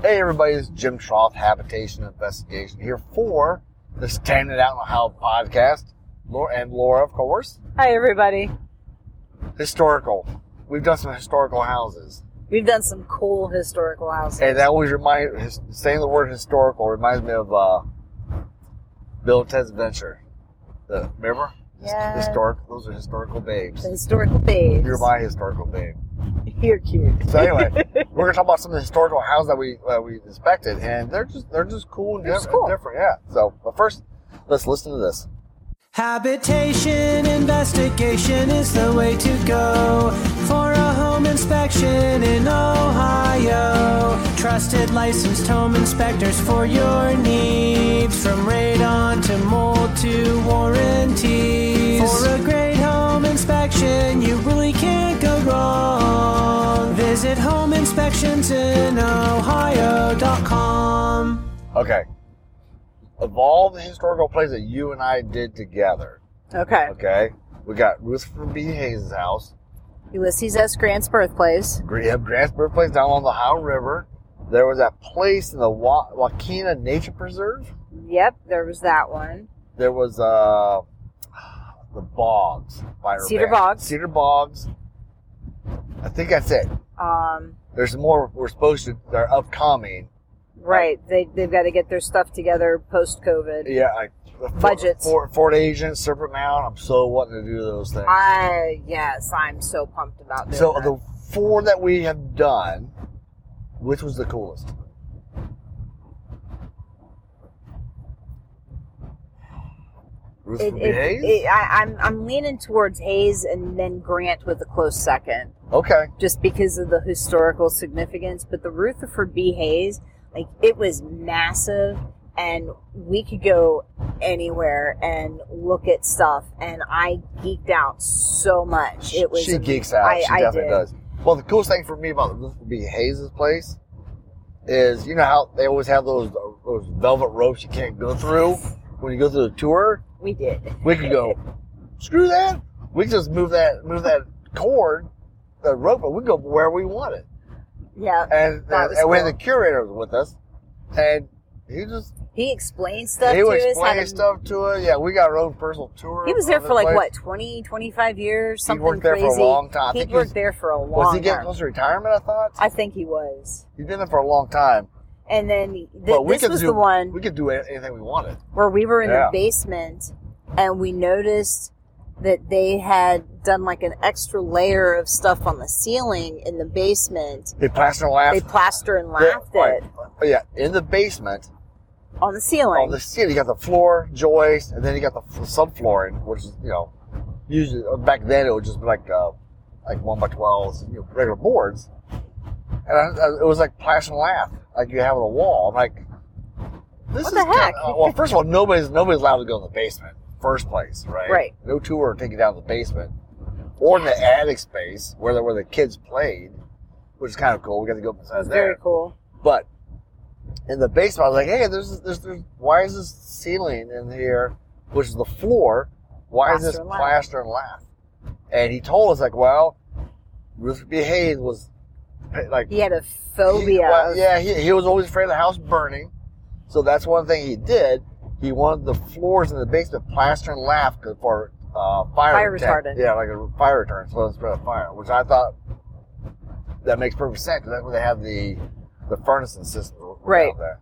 Hey everybody, it's Jim Troth, Habitation Investigation here for the Standing Out in Ohio podcast. Laura and Laura, of course. Hi, everybody. Historical. We've done some historical houses. We've done some cool historical houses. And that always reminds his, saying the word historical reminds me of uh, Bill and Ted's Adventure. The remember? His- Yes. Historic those are historical babes. The historical babes. You're my historical babe. You're cute. So anyway, we're gonna talk about some of the historical houses that we uh, we inspected, and they're just they're just cool and They're diff- just cool. different. Yeah. So, but first, let's listen to this. Habitation investigation is the way to go for a home inspection in Ohio. Trusted licensed home inspectors for your needs from radon to mold to warranties. For a great home inspection, you really can't go wrong. Visit homeinspectionsinohio.com. Okay. Of all the historical plays that you and I did together, Okay. okay, we got Rutherford B. Hayes' house, Ulysses S. Grant's birthplace. Gr- you have Grant's birthplace down on the Ohio River. There was that place in the Wa- Wakena Nature Preserve. Yep, there was that one. There was uh, the Bogs. by Urbana. Cedar Bogs. Cedar Bogs. I think that's it. Um, There's more we're supposed to, they're upcoming. right. They, they've got to get their stuff together post COVID. Yeah, like Budgets. Fort, Fort Asian, Serpent Mound. I'm so wanting to do those things. I, yes, I'm so pumped about doing So that. the four that we have done, which was the coolest? Ruth It- from it- Hayes? it- I, I'm, I'm leaning towards Hayes and then Grant with a close second. okay. just because of the historical significance. But the Rutherford B. Hayes, like it was massive, and we could go anywhere and look at stuff. And I geeked out so much. It was she geeks out. I- she I definitely did. does. Well, the coolest thing for me about Ruth B. Hayes' place is you know how they always have those those velvet ropes you can't go through when you go through the tour. We did. We could go, screw that. We could just move that move that cord, the rope, and we go where we want it. Yeah, and, That and, was and we had cool. the curator with us, and he just he explained stuff he to would us. had explain a- stuff to us. Yeah, we got our own personal tour. He was there of the for like place. what 20, 25 years, He something worked there crazy. for a long time. I He think worked was, there for a long was he getting time. close to retirement? I thought I think he was. he's been there for a long time. And then th- But we this could was do, the one we could do anything we wanted. where we were in Yeah. the basement and we noticed that they had done like an extra layer of stuff on the ceiling in the basement. They plastered laugh. They plaster and laughed right. it yeah, in the basement on the ceiling. on the ceiling, you got the floor joist, and then you got the f- subflooring, which is you know usually uh, back then it would just be like uh, like one by twelves, you know, regular boards, and I, I- it was like plash and laugh, like you have on the wall. I'm like, this What is the heck? kinda- uh, well, first of all, nobody's nobody's allowed to go in the basement. First place, right? Right. No tour would take you down to the basement or in the attic space where the, where the kids played, which is kind of cool. We got to go up inside there. Very cool. But in the basement, I was like, hey, there's, there's, there's why is this ceiling in here, which is the floor, why is Plaster this and lath. plaster and lath? And he told us, like, well, Ruth B. Hayes was like, He had a he- phobia. well, of- yeah, he, he was always afraid of the house burning. So that's one thing he did. He wanted the floors in the basement plaster and lath co- for uh, fire, Fire attack. retardant. Yeah, like a fire retardant, so it's spread a fire, which I thought that makes perfect sense because that's where they have the the furnace and system were- were Right. down there.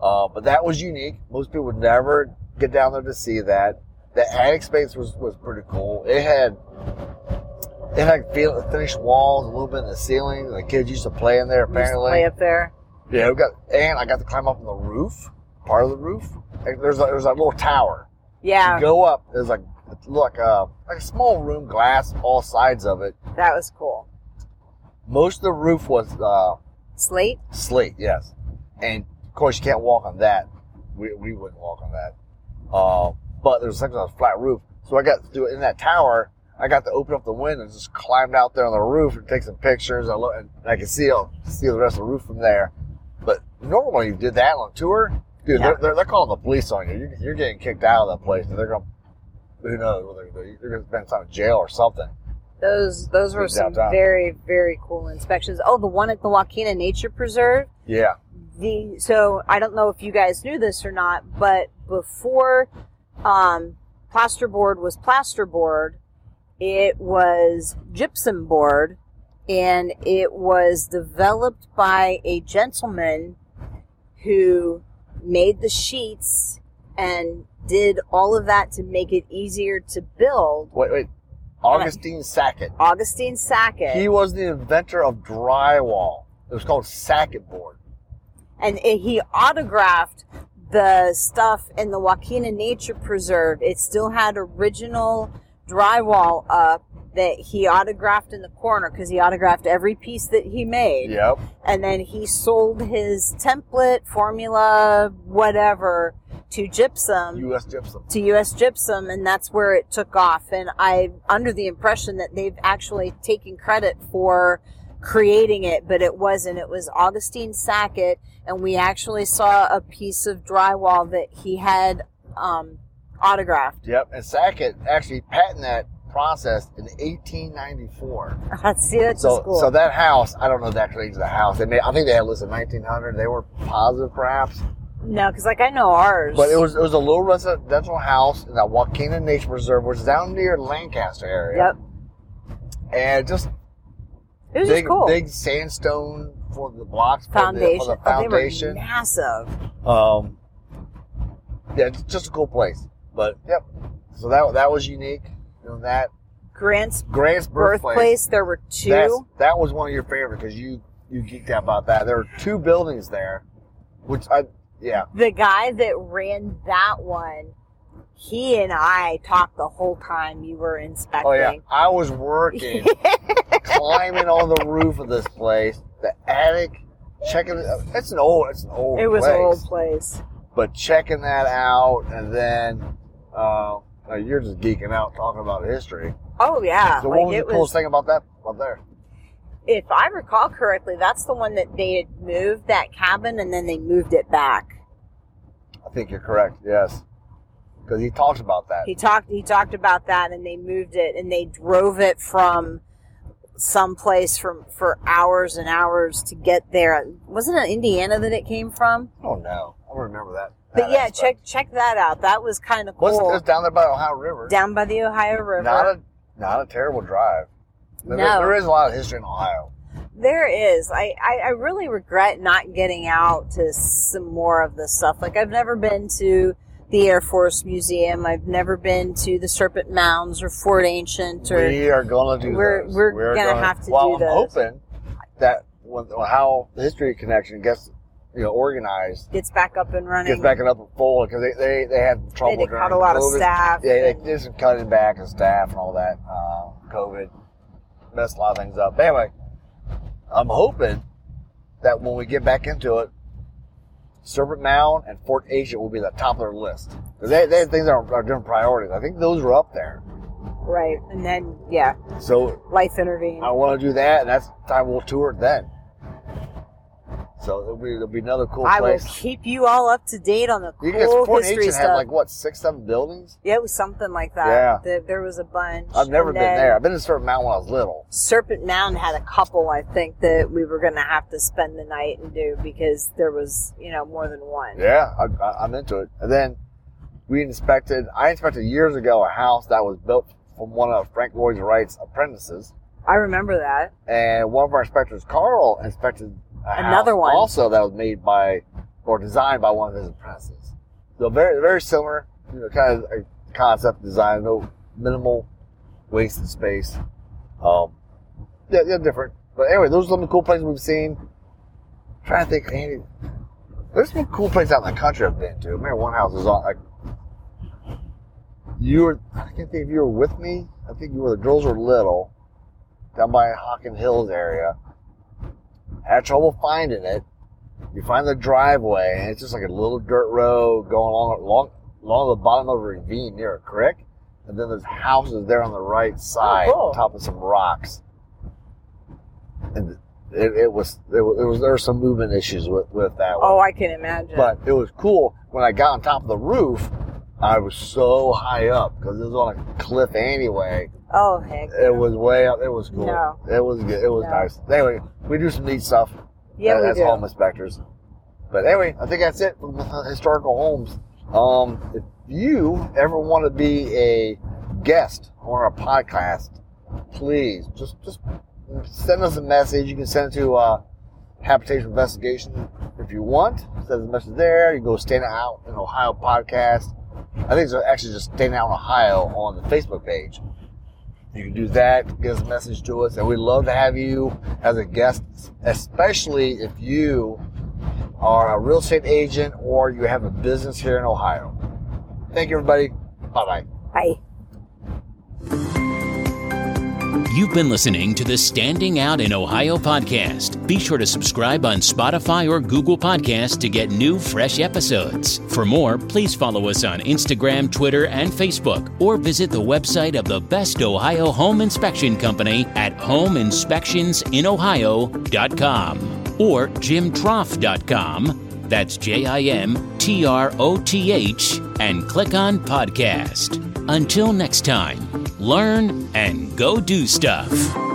Uh, but that was unique. Most people would never get down there to see that. The attic space was, was pretty cool. It had it had feel, finished walls, a little bit in the ceiling. The kids used to play in there. He used to Apparently, play up there. yeah, we got and I got to climb up on the roof, part of the roof. And there's a, there's a little tower. Yeah, You go up. There's like look uh, like a small room, glass all sides of it. that was cool. Most of the roof was uh, Slate. slate, yes, and course, you can't walk on that. We, we wouldn't walk on that. Uh, but there's something on a flat roof. So I got to, in that tower, I got to open up the window and just climbed out there on the roof and take some pictures. I look, and I can see, uh, see the rest of the roof from there. But normally you did that on tour, dude. Yeah. They're, they're, they're calling the police on you. You're, you're getting kicked out of that place, and they're going. to Who knows? Whether they're, they're going to spend time in jail or something. Those those were Who's some downtown? very very cool inspections. Oh, the one at the Wakena Nature Preserve. Yeah, The so I don't know if you guys knew this or not, but before um, plasterboard was plasterboard, it was gypsum board, and it was developed by a gentleman who made the sheets and did all of that to make it easier to build. wait, wait. Augustine Sackett. Augustine Sackett. He was the inventor of drywall. It was called Sackett board. and it, he autographed the stuff in the Wakena Nature Preserve. It still had original drywall up that he autographed in the corner because he autographed every piece that he made. Yep. And then he sold his template, formula, whatever to Gypsum. U.S. Gypsum. to US Gypsum and that's where it took off and I'm under the impression that they've actually taken credit for creating it but it wasn't it was Augustine Sackett and we actually saw a piece of drywall that he had um, autographed Yep. And Sackett actually patented that process in 1894. see that's So, just cool so that house, I don't know the actual age of the house. They may, I think they had listed 1900. They were positive, perhaps. no because like I know ours But it was it was a little residential house in that Wakena Nature Preserve, which is down near Lancaster area. yep And just it was big, just cool big sandstone for the blocks for the- foundation for the Oh, they were foundation. massive Um, yeah, it's just a cool place. But yep. So that that was unique. You know that Grant's Grant's birthplace, birthplace. there were two That's, that was one of your favorite because you you geeked out about that. There were two buildings there, which I yeah the guy that ran that one, he and I talked the whole time you were inspecting. oh yeah I was working climbing on the roof of this place, the attic, checking. it- It's an old it's an old It was place, an old place. but checking that out and then uh, now you're just geeking out talking about history. Oh yeah, So like what was the it coolest was. thing about that up there? If I recall correctly, that's the one that they had moved that cabin and then they moved it back. I think you're correct. Yes, because he talks about that. He talked. He talked about that and they moved it and they drove it from someplace from for hours and hours to get there. Wasn't it Indiana that it came from? oh no, I don't remember that. But that yeah, aspect. check check that out. That was kind of What's cool. it's down there by the Ohio River? down by the Ohio River. Not a not a terrible drive. There- No. there is a lot of history in Ohio. There is. I, I, I really regret not getting out to some more of this stuff. Like, I've never been to the Air Force Museum. I've never been to the Serpent Mounds or Fort Ancient or. We are going to do We're- those. we're gonna have to well, do I'm those. hoping that when, how the history connection gets you know organized Gets back up and running. gets back and up and full because they, they they had They trouble had to during cut a lot of COVID. staff. Yeah, they and- did some cutting back and staff and all that. Uh, COVID messed a lot of things up. But anyway, I'm hoping that when we get back into it, Serpent Mound and Fort Asia will be the top of their list. 'Cause They, they things are, are different priorities. I think those were up there. right. And then, yeah, So life intervened. I want to do that, and that's the time we'll tour it then. So it'll be, it'll be another cool I will place. keep you all up to date on the you guys, cool Fort history Asia stuff. had like what six, seven buildings. yeah, it was something like that. Yeah. There- there was a bunch. I've never And been then- there. I've been to Serpent Mound when I was little. Serpent Mound had a couple, I think, that we were going to have to spend the night and do because there was, you know, more than one. Yeah, I, I, I'm into it. And then we inspected. I inspected years ago a house that was built from one of Frank Lloyd Wright's apprentices, I remember that. and one of our inspectors, Carl, inspected a Another house one. also that was made by or designed by one of his apprentices. So very very similar, you know, kind of a concept design, no minimal waste of space. Um, yeah, yeah, different. But anyway, those are some of the cool places we've seen. trying to think, Andy. There's some cool places out in the country I've been to. I remember one house was on like you were. I can't think if you were with me. I think you were. The girls were little, down by Hockin Hills area. Had trouble finding it. You find the driveway, and it's just like a little dirt road going along along along the bottom of a ravine near a creek, and then there's houses there on the right side, cool. on top of some rocks. And it, it was it was, it was there were some movement issues with with that one. Oh, I can imagine. But it was cool when I got on top of the roof. I was so high up because it was on a cliff anyway. oh heck. It was way up. It was cool. No. It was good. It was No. nice. Anyway, we do some neat stuff yeah, as, we as do. home inspectors. But anyway, I think that's it for the historical homes. Um, if you ever want to be a guest on our podcast, please just just send us a message. You can send it to uh, Habitation Investigation if you want. Send us a message there. You go stand out in Ohio podcast. I think it's actually just stand out in Ohio on the Facebook page. You can do that. Get us a message to us, and we'd love to have you as a guest, especially if you are a real estate agent or you have a business here in Ohio. Thank you, everybody. Bye bye. Bye. You've been listening to the Standing Out in Ohio podcast. Be sure to subscribe on Spotify or Google Podcasts to get new, fresh episodes. For more, please follow us on Instagram, Twitter, and Facebook, or visit the website of the best Ohio home inspection company at homeinspectionsinohio.com or jimtroff.com. That's J I M T R O T H, and click on podcast. Until next time, learn and go do stuff.